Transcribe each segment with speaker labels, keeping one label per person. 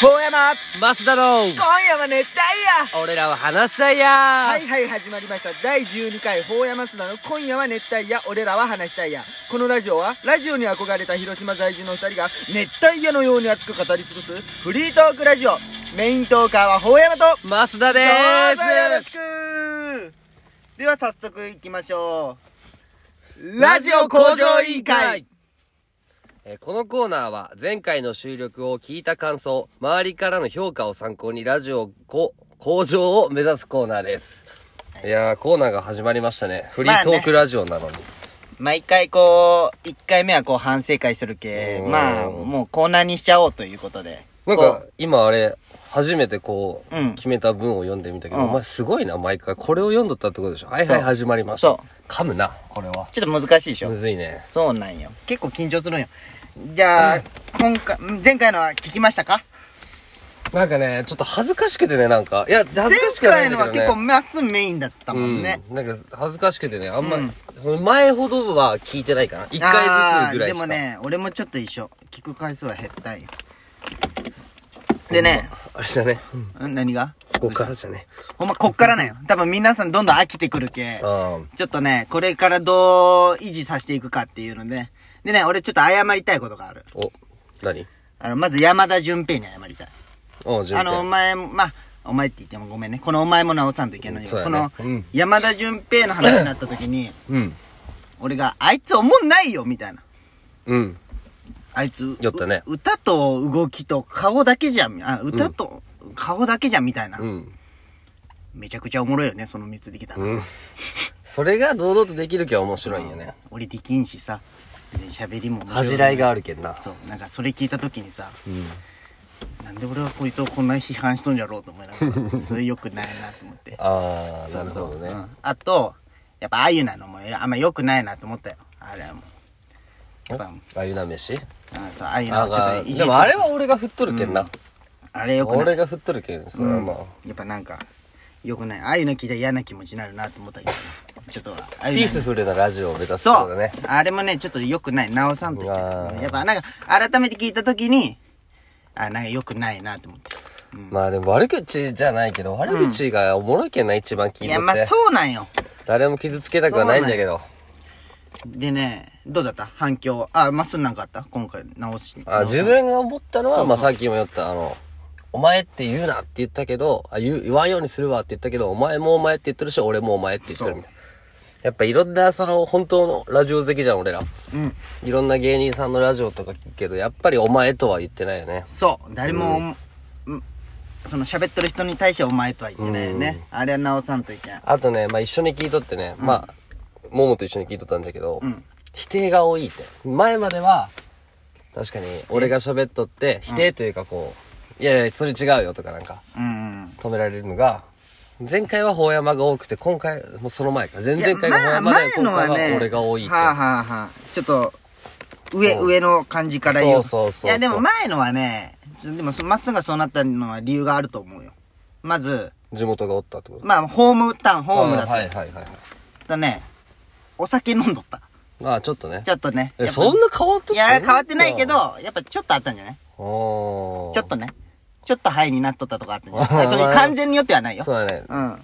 Speaker 1: 遠山
Speaker 2: 増田の
Speaker 1: 今夜は熱帯夜
Speaker 2: 俺らは話したいや
Speaker 1: はいはい始まりました第12回法山須田の今夜は熱帯夜俺らは話したいやこのラジオはラジオに憧れた広島在住の2人が熱帯夜のように熱く語り尽くすフリートークラジオメイントーカーは法山と
Speaker 2: 増田で
Speaker 1: どうぞよろ
Speaker 2: ー
Speaker 1: し
Speaker 2: す
Speaker 1: くでは早速いきましょうラジオ向上委員会
Speaker 2: えーこのコーナーは前回の収録を聞いた感想、周りからの評価を参考にラジオこ向上を目指すコーナーです。いやー、コーナーが始まりましたね。フリートークラジオなのに。
Speaker 1: 毎回こう1回目はこう反省会するけ
Speaker 2: うん
Speaker 1: まあもうコーナーにしちゃおうということで
Speaker 2: なん
Speaker 1: こ
Speaker 2: か、今あれ、初めてこう、
Speaker 1: うん
Speaker 2: 決めた文を読んでみたけど、
Speaker 1: うん
Speaker 2: お前すごいな、毎回。これを読んどったってことでしょ。はいはい、
Speaker 1: そう
Speaker 2: 始まりました
Speaker 1: そ。
Speaker 2: 噛むな、これは
Speaker 1: う。ちょっと難しいでしょ
Speaker 2: むずいね。
Speaker 1: そうなんよ。結構緊張するんよ。じゃあ、今回、前回のは聞きましたか
Speaker 2: なんかね、ちょっと恥ずかしくてね、なんか。いや、恥
Speaker 1: 前
Speaker 2: ずかしくはない
Speaker 1: 回
Speaker 2: ん
Speaker 1: の
Speaker 2: だ
Speaker 1: は
Speaker 2: けど
Speaker 1: 結
Speaker 2: ね。
Speaker 1: 構まっすぐメインだったもんね。
Speaker 2: うん、なんか恥ずかしくてねあんま、
Speaker 1: うん
Speaker 2: その前ほどは聞いてないかな一回ずつぐらいし
Speaker 1: あーで
Speaker 2: か
Speaker 1: もね、俺もちょっと一緒。聞く回数は減ったんよ。でね、
Speaker 2: あれじゃね
Speaker 1: ん何が
Speaker 2: ここからじゃね
Speaker 1: ほんまこっからなんよ。多分皆さんどんどん飽きてくるけ。
Speaker 2: うん
Speaker 1: ちょっとね、これからどう維持させていくかっていうので。でね、俺ちょっと謝りたいことがある。
Speaker 2: お何
Speaker 1: あの、まず山田純平に謝りたい。
Speaker 2: おじゅ
Speaker 1: あの、お前も、まあ、お前って言ってもごめんね。このお前も直さんといけないよ。
Speaker 2: そうだ
Speaker 1: こ
Speaker 2: ね
Speaker 1: の
Speaker 2: うん、
Speaker 1: 山田純平の話になった時に、
Speaker 2: うん
Speaker 1: 俺が、あいつおもんないよみたいな。
Speaker 2: うん
Speaker 1: あいつ、
Speaker 2: 酔ったね
Speaker 1: う歌と動きと顔だけじゃん。あ、歌と顔だけじゃんみたいな。
Speaker 2: うん
Speaker 1: めちゃくちゃおもろいよね、その3つできたら。
Speaker 2: うんそれが堂々とできるけは面白いんよね
Speaker 1: 俺できんしさ、別に喋りも面白
Speaker 2: 恥じらいがあるけんな
Speaker 1: そう、なんかそれ聞いた時にさ、
Speaker 2: うん
Speaker 1: なんで俺はこいつをこんな批判しとんじゃろうと思いなが ら、それ良くないなと思って。
Speaker 2: ああ
Speaker 1: そ
Speaker 2: な
Speaker 1: う
Speaker 2: る
Speaker 1: そう
Speaker 2: ほどね
Speaker 1: うんあとやっぱあゆなのもあんま良くないなと思ったよあれはもうやっぱ
Speaker 2: あゆな飯
Speaker 1: あそうあゆな
Speaker 2: あ
Speaker 1: をちょっといじ
Speaker 2: でもあれは俺が振っとるけんな、
Speaker 1: あれ良くない
Speaker 2: 俺が振っとるけんそれはまあ、
Speaker 1: やっぱなんか良くないあゆの聞いたら嫌な気持ちになるなと思ったけどちょっとあゆ
Speaker 2: ピ
Speaker 1: な
Speaker 2: ースフルなラジオを目指す
Speaker 1: そ
Speaker 2: そう
Speaker 1: う
Speaker 2: だね
Speaker 1: あれもねちょっと良くない直さんといけな
Speaker 2: う
Speaker 1: い
Speaker 2: わ
Speaker 1: やっぱなんか改めて聞いた時にあなんか良くないなと思って
Speaker 2: まあでも悪口じゃないけど、悪口がおもろいけんな、一番聞い
Speaker 1: い
Speaker 2: と
Speaker 1: やま
Speaker 2: っ
Speaker 1: あ
Speaker 2: て。
Speaker 1: そうなんよ
Speaker 2: 誰も傷つけたくはないんだけど。
Speaker 1: でねどうだった反響あまっすぐなんかあった今回直し
Speaker 2: あ
Speaker 1: 直さん
Speaker 2: 自分が思ったのは、まあさっきも言った、あの、お前って言うなって言ったけど、あ言う言わんようにするわって言ったけど、お前もお前って言ってるし、俺もお前って言ってるみたいな。やっぱいろんな、その、本当のラジオ好きじゃん、俺ら。
Speaker 1: うん
Speaker 2: いろんな芸人さんのラジオとか聞くけど、やっぱりお前とは言ってないよね。
Speaker 1: そう誰も、うんその喋ってる人に対してお前とは言ってないよね、あれは直さんといけない
Speaker 2: あとね、まあ一緒に聞いとってね、まあ、ももと一緒に聞いとったんだけど、
Speaker 1: ん
Speaker 2: 否定が多いって。前までは、確かに俺が喋っとって、否定というかこう、いやいや、それ違うよとかなんか、
Speaker 1: うん
Speaker 2: 止められるのが、前回は法山が多くて、今回、もうその前か。前
Speaker 1: い
Speaker 2: 々回が法
Speaker 1: まあ
Speaker 2: 山で、今回は俺が多いって。
Speaker 1: はあ、はあはあ、ちょっと上上の感じから言う
Speaker 2: そうそうそうそう
Speaker 1: やでも前のはねちょでもそまっすぐがそうなったのは理由があると思うよまず
Speaker 2: 地元がおったってこと
Speaker 1: まあホームタウンホームだ
Speaker 2: あ
Speaker 1: っ
Speaker 2: ー
Speaker 1: た
Speaker 2: は
Speaker 1: だ
Speaker 2: いはいはいはい。
Speaker 1: ねお酒飲んどった
Speaker 2: まあちょっとね
Speaker 1: ち。ょっとね
Speaker 2: え
Speaker 1: やっぱ
Speaker 2: そんな変わっとっ
Speaker 1: いや変わってないけど。やっぱちょっとあったんじゃない
Speaker 2: おー
Speaker 1: ちょっとねちょっとハイになっとったとかあったんじゃ
Speaker 2: ま
Speaker 1: な
Speaker 2: あ
Speaker 1: いそれ完全によってはないよ
Speaker 2: そうだね。
Speaker 1: うん。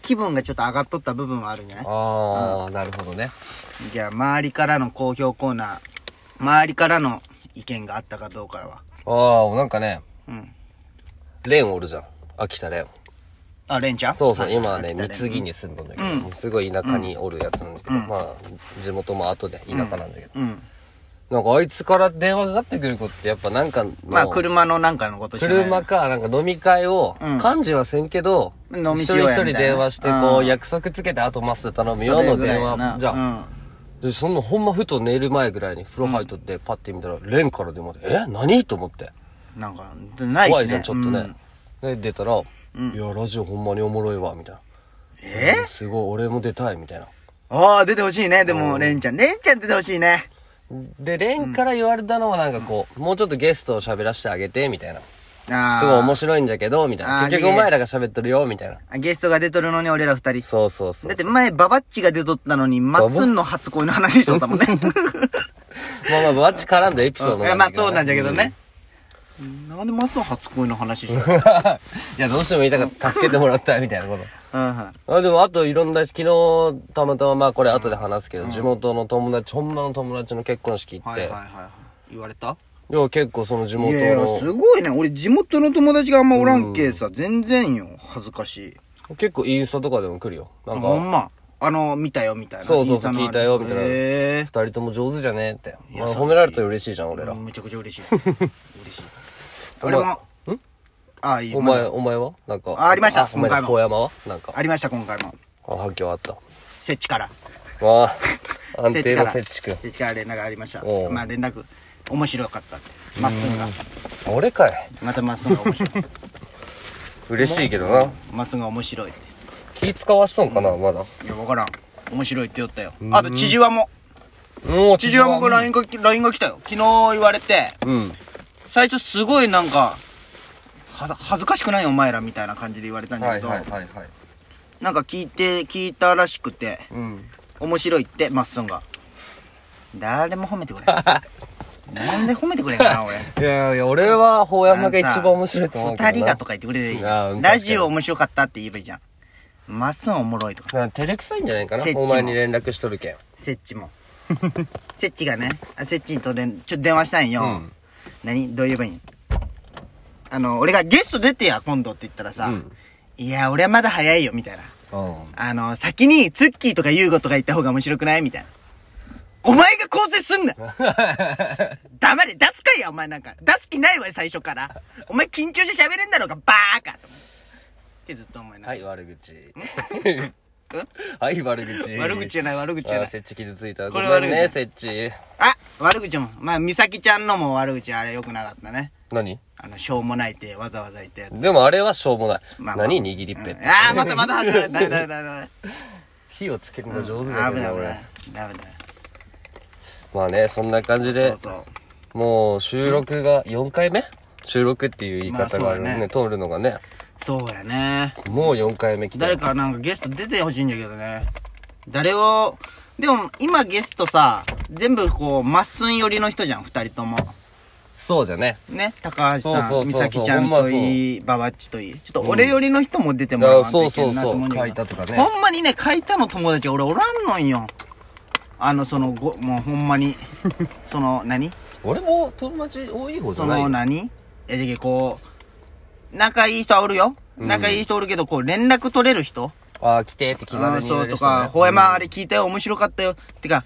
Speaker 1: 気分がちょっと上がっとった部分はあるんじゃない
Speaker 2: ああ、なるほどね。
Speaker 1: じゃあ、周りからの好評コーナー、周りからの意見があったかどうかは。
Speaker 2: ああ、なんかね、
Speaker 1: うん。
Speaker 2: レンおるじゃん。秋田レン。
Speaker 1: あ、レンちゃん
Speaker 2: そうそう、今はね、
Speaker 1: 秋田レ
Speaker 2: 三
Speaker 1: ン
Speaker 2: 木に住んどんだけど、すごい田舎におるやつなんだけど、まあ、地元も後で田舎なんだけど、
Speaker 1: うん。
Speaker 2: なんかあいつから電話がかかってくることって、やっぱなんかの、
Speaker 1: まあ、車のなんかのことじゃない
Speaker 2: 車か、なんか飲み会を
Speaker 1: うん、
Speaker 2: 幹事はせんけど、
Speaker 1: 飲み
Speaker 2: 一
Speaker 1: しよう
Speaker 2: 人
Speaker 1: や
Speaker 2: 一人電話して、
Speaker 1: みたいな
Speaker 2: こ
Speaker 1: う
Speaker 2: う、
Speaker 1: ん
Speaker 2: 約束つけて、あとマス頼む
Speaker 1: そ
Speaker 2: よ
Speaker 1: れ
Speaker 2: の
Speaker 1: ぐらい
Speaker 2: 電
Speaker 1: やな
Speaker 2: 話、じゃ。
Speaker 1: うんん。
Speaker 2: で、そんなほんまふと寝る前ぐらいに風呂入っとって、パッて見たら、レンから電話で、え何と思って。
Speaker 1: なんか、ないしね。
Speaker 2: 怖いじゃん、ちょっと
Speaker 1: う
Speaker 2: ね
Speaker 1: ん。
Speaker 2: で、出たら、いや、ラジオほんまにおもろいわ、みたいな。
Speaker 1: え
Speaker 2: すごい、俺も出たい、みたいな。
Speaker 1: ああ、出てほしいね。でも、レンちゃん。レンちゃん出てほしいね。
Speaker 2: で、レンから言われたのはなんかこう、もうちょっとゲストを喋らせてあげて、みたいな。
Speaker 1: ああ。
Speaker 2: すごい面白いんじゃけど、みたい
Speaker 1: あ
Speaker 2: な。
Speaker 1: ー
Speaker 2: 結
Speaker 1: い
Speaker 2: 局
Speaker 1: い
Speaker 2: お
Speaker 1: ね
Speaker 2: 前らが喋ってるよ、みたいな。
Speaker 1: ゲストが出とるのに俺ら二人。
Speaker 2: そうそうそう。
Speaker 1: だって前、ババッチが出とったのに、まっすんの初恋の話し とったもんね。
Speaker 2: まあまあ、バッチ絡んだエピソー ド
Speaker 1: いやまあそうなんじゃけどね。なんでマスは初恋の話した の
Speaker 2: いや、どうしても言いたかった。助けてもらった、みたい なこと。
Speaker 1: うんは
Speaker 2: あでも、あといろんな、昨日、たまたま、まあこれ後で話すけど、地元の友達、ほんまの友達の結婚式行
Speaker 1: い
Speaker 2: っ
Speaker 1: はい
Speaker 2: て、
Speaker 1: はいはい。言われた
Speaker 2: いや、結構その地
Speaker 1: い
Speaker 2: 元
Speaker 1: やいや、す
Speaker 2: の、
Speaker 1: ごいね。俺地元の友達があんまおらんけさ、全然よ。恥ずかしい。
Speaker 2: 結構インスタとかでも来るよ。なん
Speaker 1: ほ
Speaker 2: か、
Speaker 1: んま。あの、見たよ、みたいな。
Speaker 2: そうそうそう
Speaker 1: インスタのあれ
Speaker 2: 聞いたよみたいな
Speaker 1: へ
Speaker 2: 二人とも上手じゃねえって。まあ、褒められたら嬉しいじゃん、俺
Speaker 1: え
Speaker 2: ら。
Speaker 1: むちゃくちゃ嬉しい。 嬉しい。俺も、んあ、いい。
Speaker 2: お
Speaker 1: ま
Speaker 2: 前、
Speaker 1: だ
Speaker 2: お前はなんか。
Speaker 1: あありました
Speaker 2: お
Speaker 1: 今
Speaker 2: 前、
Speaker 1: 回も
Speaker 2: 高山はなんか。
Speaker 1: ありました、今回も。
Speaker 2: あ、発狂あった。
Speaker 1: 設置から。
Speaker 2: わあ、 安定の設置
Speaker 1: 設
Speaker 2: 君。
Speaker 1: 置から連絡がありました
Speaker 2: おう。
Speaker 1: まあ連絡、面白かったって。まっすぐが。
Speaker 2: 俺かい。
Speaker 1: またまっすぐが面白い。
Speaker 2: 嬉しいけどな。
Speaker 1: まっすぐが面白いって。
Speaker 2: 気使わしとんかな、まだ。
Speaker 1: いや、わからん。面白いって言ったよ。あと、千々和も。
Speaker 2: もう、
Speaker 1: 千々和もこれ LINE が、LINE が来たよ。昨日言われて。
Speaker 2: うん。
Speaker 1: 最初すごいなんかはざ恥ずかしくないお前らみたいな感じで言われたんだ
Speaker 2: は
Speaker 1: け
Speaker 2: い
Speaker 1: ど、
Speaker 2: はいはいはい。
Speaker 1: なんか聞いて聞いたらしくて
Speaker 2: うん。
Speaker 1: 面白いってまっすんが誰も褒めてくれん なんで褒めてくれんかな俺
Speaker 2: いやいや、俺は、法山が一番面白いと思うけどな。
Speaker 1: 2人がとか言ってくれていいじ
Speaker 2: あ
Speaker 1: ゃ
Speaker 2: ーうんん
Speaker 1: ラジオ面白かったって言えばいいじゃんまっすんおもろいとか
Speaker 2: なんか照れくさいんじゃないかな
Speaker 1: 設置も
Speaker 2: お前に連絡しとるけん。
Speaker 1: せっちも せっちがねあせっちにとれんちょっと電話したんよ、
Speaker 2: うん
Speaker 1: 何どう言えばいいんあの俺がゲスト出てや今度って言ったらさ、
Speaker 2: うん
Speaker 1: いや俺はまだ早いよみたいな
Speaker 2: うん。
Speaker 1: あの、先に、ツッキーとかユーゴとか行った方が面白くないみたいな。お前が構成すんな黙れ出すかいや、お前なんか。出す気ないわよ、最初から。お前緊張して喋れんだろうが、バーカってずっと思いなが
Speaker 2: は
Speaker 1: ら。
Speaker 2: い、悪口。はい、悪口。
Speaker 1: 悪口じゃない、悪口じゃ
Speaker 2: あ
Speaker 1: な
Speaker 2: ー、
Speaker 1: い。
Speaker 2: 設置傷ついた。
Speaker 1: こ
Speaker 2: ご
Speaker 1: れ
Speaker 2: めんね、
Speaker 1: 悪口
Speaker 2: 設置。
Speaker 1: あ、悪口も。まあ、美咲ちゃんのも悪口、あれ良くなかったね。
Speaker 2: 何
Speaker 1: あの、しょうもないって、わざわざ言ったやつ。
Speaker 2: でもあれはしょうもない。
Speaker 1: まあまあ
Speaker 2: 何握りっぺっ
Speaker 1: う
Speaker 2: て
Speaker 1: ん。あー、またまた始 まる。だめだめだめだ
Speaker 2: 火をつけるの上手
Speaker 1: め。
Speaker 2: だ
Speaker 1: あ
Speaker 2: け
Speaker 1: ぶ
Speaker 2: ど
Speaker 1: ない
Speaker 2: な、
Speaker 1: 危な
Speaker 2: 俺
Speaker 1: い。。ダメだ。
Speaker 2: まあね、そんな感じ
Speaker 1: そ
Speaker 2: で
Speaker 1: う、そう。
Speaker 2: もう収録が4回目収録っていう言い方がある
Speaker 1: まあそうだ
Speaker 2: ね。
Speaker 1: ね
Speaker 2: 通るのがね。
Speaker 1: そうやね。
Speaker 2: もう4回目来た。
Speaker 1: 誰かなんかゲスト出てほしいんだけどね。誰を、でも今ゲストさ、全部こう、まっすん寄りの人じゃん、二人とも。
Speaker 2: そうじゃね。
Speaker 1: ね、高橋さ、
Speaker 2: そうんそう
Speaker 1: 美
Speaker 2: そうそう
Speaker 1: 咲ちゃん
Speaker 2: ほんま
Speaker 1: と
Speaker 2: そう
Speaker 1: いい、ばばっちといい。ちょっと俺寄りの人も出てもらわんといけんなと思うんだ
Speaker 2: うんいや
Speaker 1: け
Speaker 2: そ
Speaker 1: ど。
Speaker 2: うそうそう書いたとかね
Speaker 1: ほんまにね、書いたの友達俺おらんのんよ。あの、その、ご、もうほんま に、その、何
Speaker 2: 俺も友達多い方じ
Speaker 1: そ
Speaker 2: ゃない
Speaker 1: の
Speaker 2: よ。
Speaker 1: 何えじゃけこう、仲いい人はおるよ。仲いい人おるけど、こう、連絡取れる人
Speaker 2: ああ、来てって気軽
Speaker 1: あ
Speaker 2: に
Speaker 1: ー
Speaker 2: 言
Speaker 1: そ
Speaker 2: え
Speaker 1: う
Speaker 2: る
Speaker 1: と
Speaker 2: 人ね
Speaker 1: か、ほやまあれ聞いたよ、面白かったよ。てか、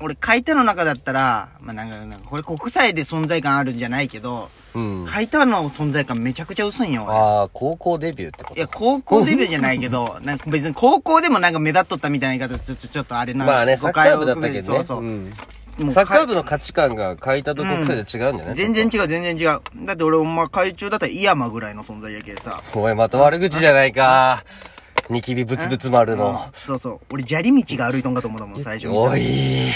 Speaker 1: 俺買い手の中だったら、まあなんか、なんかこれ国際で存在感あるんじゃないけど、
Speaker 2: うん。
Speaker 1: 買い手の存在感めちゃくちゃ薄いんよ、俺。
Speaker 2: ああ、高校デビューってこ
Speaker 1: いや、
Speaker 2: と
Speaker 1: 高校デビューじゃないけど、 なんか別に高校でもなんか目立っとったみたいな言い方ちょっとちょっとあれな。
Speaker 2: まあね、サッ
Speaker 1: 誤
Speaker 2: カ
Speaker 1: 解
Speaker 2: ー
Speaker 1: を
Speaker 2: 部だったけどね。
Speaker 1: そうそう。
Speaker 2: うん
Speaker 1: もう
Speaker 2: サッカー部の価値観が書いたと国際で違うんじゃない
Speaker 1: 全然。違う、全然違う。だって俺、お前、会中だったら井山ぐらいの存在やけさ。
Speaker 2: おい、また悪口じゃないか。ニキビブツブツ丸の。
Speaker 1: そうそう。俺、砂利道が歩いとんかと思ったもん、最初見た時
Speaker 2: おい。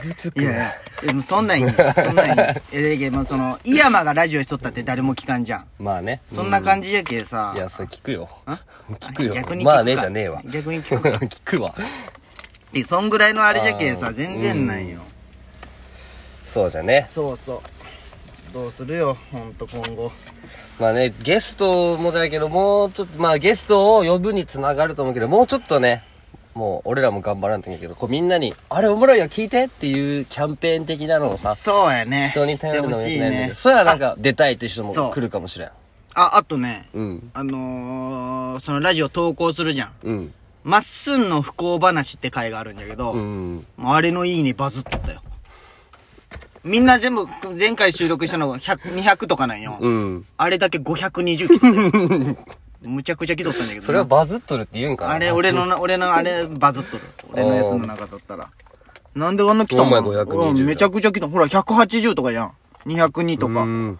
Speaker 2: 傷つ
Speaker 1: い
Speaker 2: く
Speaker 1: やい
Speaker 2: ね。
Speaker 1: や、でもそんなんいい。そんなんいい。え、だけど、その、井山がラジオしとったって誰も聞かんじゃん。
Speaker 2: まあね。
Speaker 1: そんな感じやけさ
Speaker 2: い。や、それ聞くよ。聞くよ。
Speaker 1: 逆に聞くか
Speaker 2: まあね、じゃね えわ。
Speaker 1: 逆に聞くか
Speaker 2: 聞くわ。
Speaker 1: でそんぐらいのあれじゃけ
Speaker 2: あ
Speaker 1: さ、
Speaker 2: ー
Speaker 1: 全然ないよ。
Speaker 2: そうじゃね。
Speaker 1: そうそう。どうするよ、ほんと今後。
Speaker 2: まあね、ゲストもだけど、もうちょっと、まあゲストを呼ぶにつながると思うけど、もうちょっとね、もう俺らも頑張らんといけんけど、こうみんなに、あれおもろいよ、聞いてっていうキャンペーン的なのをさ、
Speaker 1: そうやね。
Speaker 2: 人に頼るのも
Speaker 1: し
Speaker 2: よ
Speaker 1: てほし
Speaker 2: く
Speaker 1: い
Speaker 2: ないんだけ
Speaker 1: ね
Speaker 2: ど、。それはなんか出たいって人も
Speaker 1: そう
Speaker 2: 来るかもしれん。
Speaker 1: あ、あとね、
Speaker 2: うん。
Speaker 1: あのー、そのラジオ投稿するじゃん。
Speaker 2: うん。
Speaker 1: まっすんの不幸話って回があるんだけど、
Speaker 2: うん。
Speaker 1: あれのいいねバズっとったよ。みんな全部、前回収録したのが100、200とかなんよ。
Speaker 2: うん。
Speaker 1: あれだけ520来てたよむちゃくちゃ来とったんだけどな。
Speaker 2: それはバズっとるって言うんかな。
Speaker 1: あれ、俺のな、俺のあれバズっとる。俺のやつの中だったら。なんであんな来たの
Speaker 2: お前520
Speaker 1: うんめちゃくちゃ来た。ほら、180とかやん。202とか。
Speaker 2: う
Speaker 1: い
Speaker 2: ん。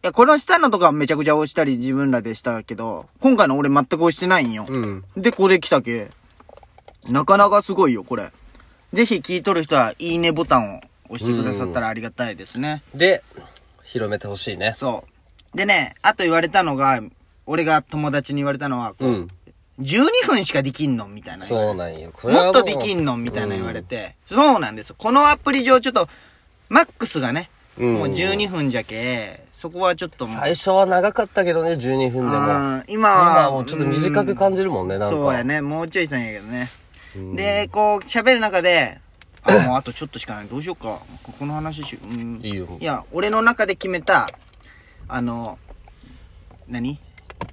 Speaker 1: や、この下のとかめちゃくちゃ押したり自分らでしたけど、今回の俺全く押してないんよ。
Speaker 2: うん。
Speaker 1: で、これ来たけ。なかなかすごいよ、これ。ぜひ聞いとる人は、いいねボタンを押してくださったらありがたいですね。
Speaker 2: で、広めてほしいね。
Speaker 1: そう。でね、あと言われたのが、俺が友達に言われたのは、こう
Speaker 2: うん。
Speaker 1: 12分しかできんのみたいな。
Speaker 2: そうなんよ。それは
Speaker 1: もっとできんのみたいな言われて、そうなんですよ。このアプリ上ちょっと、マックスがね、
Speaker 2: うん
Speaker 1: もう12分じゃけ、そこはちょっともう。
Speaker 2: 最初は長かったけどね、12分
Speaker 1: あー
Speaker 2: でも。
Speaker 1: 今は
Speaker 2: 今はもうちょっと短く感じるもんね、なんか。
Speaker 1: そうやね、もうちょいしたんやけどね。
Speaker 2: うん。
Speaker 1: で、こう、喋る中で、あ、もうあとちょっとしかない。どうしようか。この話し、うん。
Speaker 2: いいよ
Speaker 1: いや、俺の中で決めた、あの、何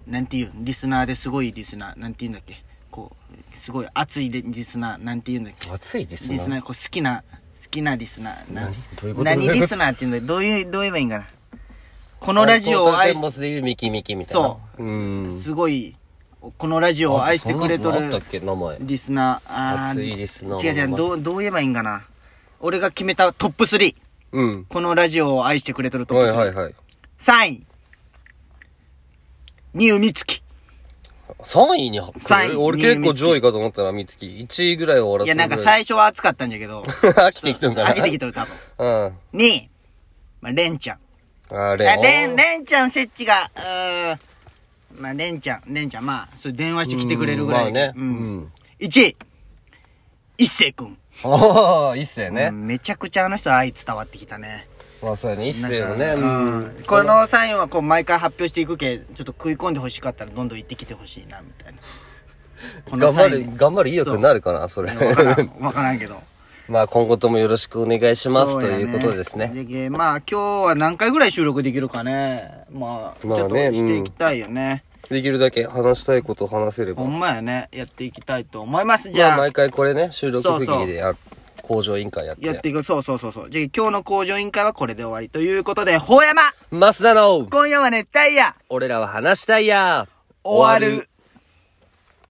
Speaker 1: なんていうんリスナーですごいリスナー。なんていうんだっけこう、すごい熱いでリスナー。なんていうんだっけ
Speaker 2: 暑いです
Speaker 1: リスナー、
Speaker 2: ね。
Speaker 1: こう好きな、好きなリスナー。な
Speaker 2: 何どういうこと
Speaker 1: 何リスナーっていうんだどういう、どう言えばいいんかな。このラジオを愛
Speaker 2: 愛
Speaker 1: し
Speaker 2: して。で言うミキミキみたいな。。
Speaker 1: そう
Speaker 2: うん。
Speaker 1: すごい、このラジオを愛してくれと
Speaker 2: あそんなのあ
Speaker 1: る
Speaker 2: ったっけ名前。
Speaker 1: リスナー。あー
Speaker 2: 熱いリスナー
Speaker 1: 違う違う、どう、どう言えばいいんかな。俺が決めたトップ3。
Speaker 2: うん。
Speaker 1: このラジオを愛してくれとるトッ
Speaker 2: はい
Speaker 1: プ3。
Speaker 2: はいはい。
Speaker 1: 3位。ニューミツキ。
Speaker 2: 3位に入ってる
Speaker 1: 三位
Speaker 2: 俺
Speaker 1: に
Speaker 2: 結
Speaker 1: み
Speaker 2: 構
Speaker 1: つき
Speaker 2: 上位かと思ったな、みつき。1位ぐらいを争う
Speaker 1: い
Speaker 2: ぐらい。
Speaker 1: や、なんか最初は暑かったんじゃけ ど。
Speaker 2: 飽きてきたんかな
Speaker 1: 飽きてきとる、多分。
Speaker 2: うん。あ
Speaker 1: 2位。まあ、レンちゃん。
Speaker 2: ー
Speaker 1: あ、レ
Speaker 2: レ
Speaker 1: ン、
Speaker 2: ン。
Speaker 1: レンちゃん設置が、うーん。まあ、レンちゃん、レンちゃん、まあ、それ電話して来てくれるぐらい。
Speaker 2: うんまあね
Speaker 1: う
Speaker 2: うん
Speaker 1: ん。1位。一星くん。
Speaker 2: おお一世
Speaker 1: う
Speaker 2: ね。
Speaker 1: んめちゃくちゃあの人愛伝わってきたね。
Speaker 2: まあそうやね、一世のね。
Speaker 1: う
Speaker 2: うん
Speaker 1: んこのサインはこう毎回発表していくけ、ちょっと食い込んでほしかったらどんどん行ってきてほしいな、み たいな。こ
Speaker 2: 頑張る
Speaker 1: サイ、ン
Speaker 2: 頑張る意欲になるかな、それ。
Speaker 1: わからん、わからんけど。
Speaker 2: まあ今後ともよろしくお願いしますと
Speaker 1: そうや
Speaker 2: いうことですね。
Speaker 1: でまあ今日は何回ぐらい収録できるかね。まあ、ち
Speaker 2: まあ
Speaker 1: ょっと
Speaker 2: ね
Speaker 1: していきたいよね。
Speaker 2: できるだけ話したいことを話せれば。
Speaker 1: ほんまやね。やっていきたいと思います。じ
Speaker 2: まあ
Speaker 1: ゃあ、
Speaker 2: 毎回これね、収録
Speaker 1: そう
Speaker 2: 区
Speaker 1: そう
Speaker 2: 切りでや工場委員会やって。
Speaker 1: やっていく。そうそうそうそう。じゃあ今日の工場委員会はこれで終わりということで、ほうやま
Speaker 2: マスダの
Speaker 1: 今夜は熱帯夜
Speaker 2: 俺らは話したいや
Speaker 1: 終わる。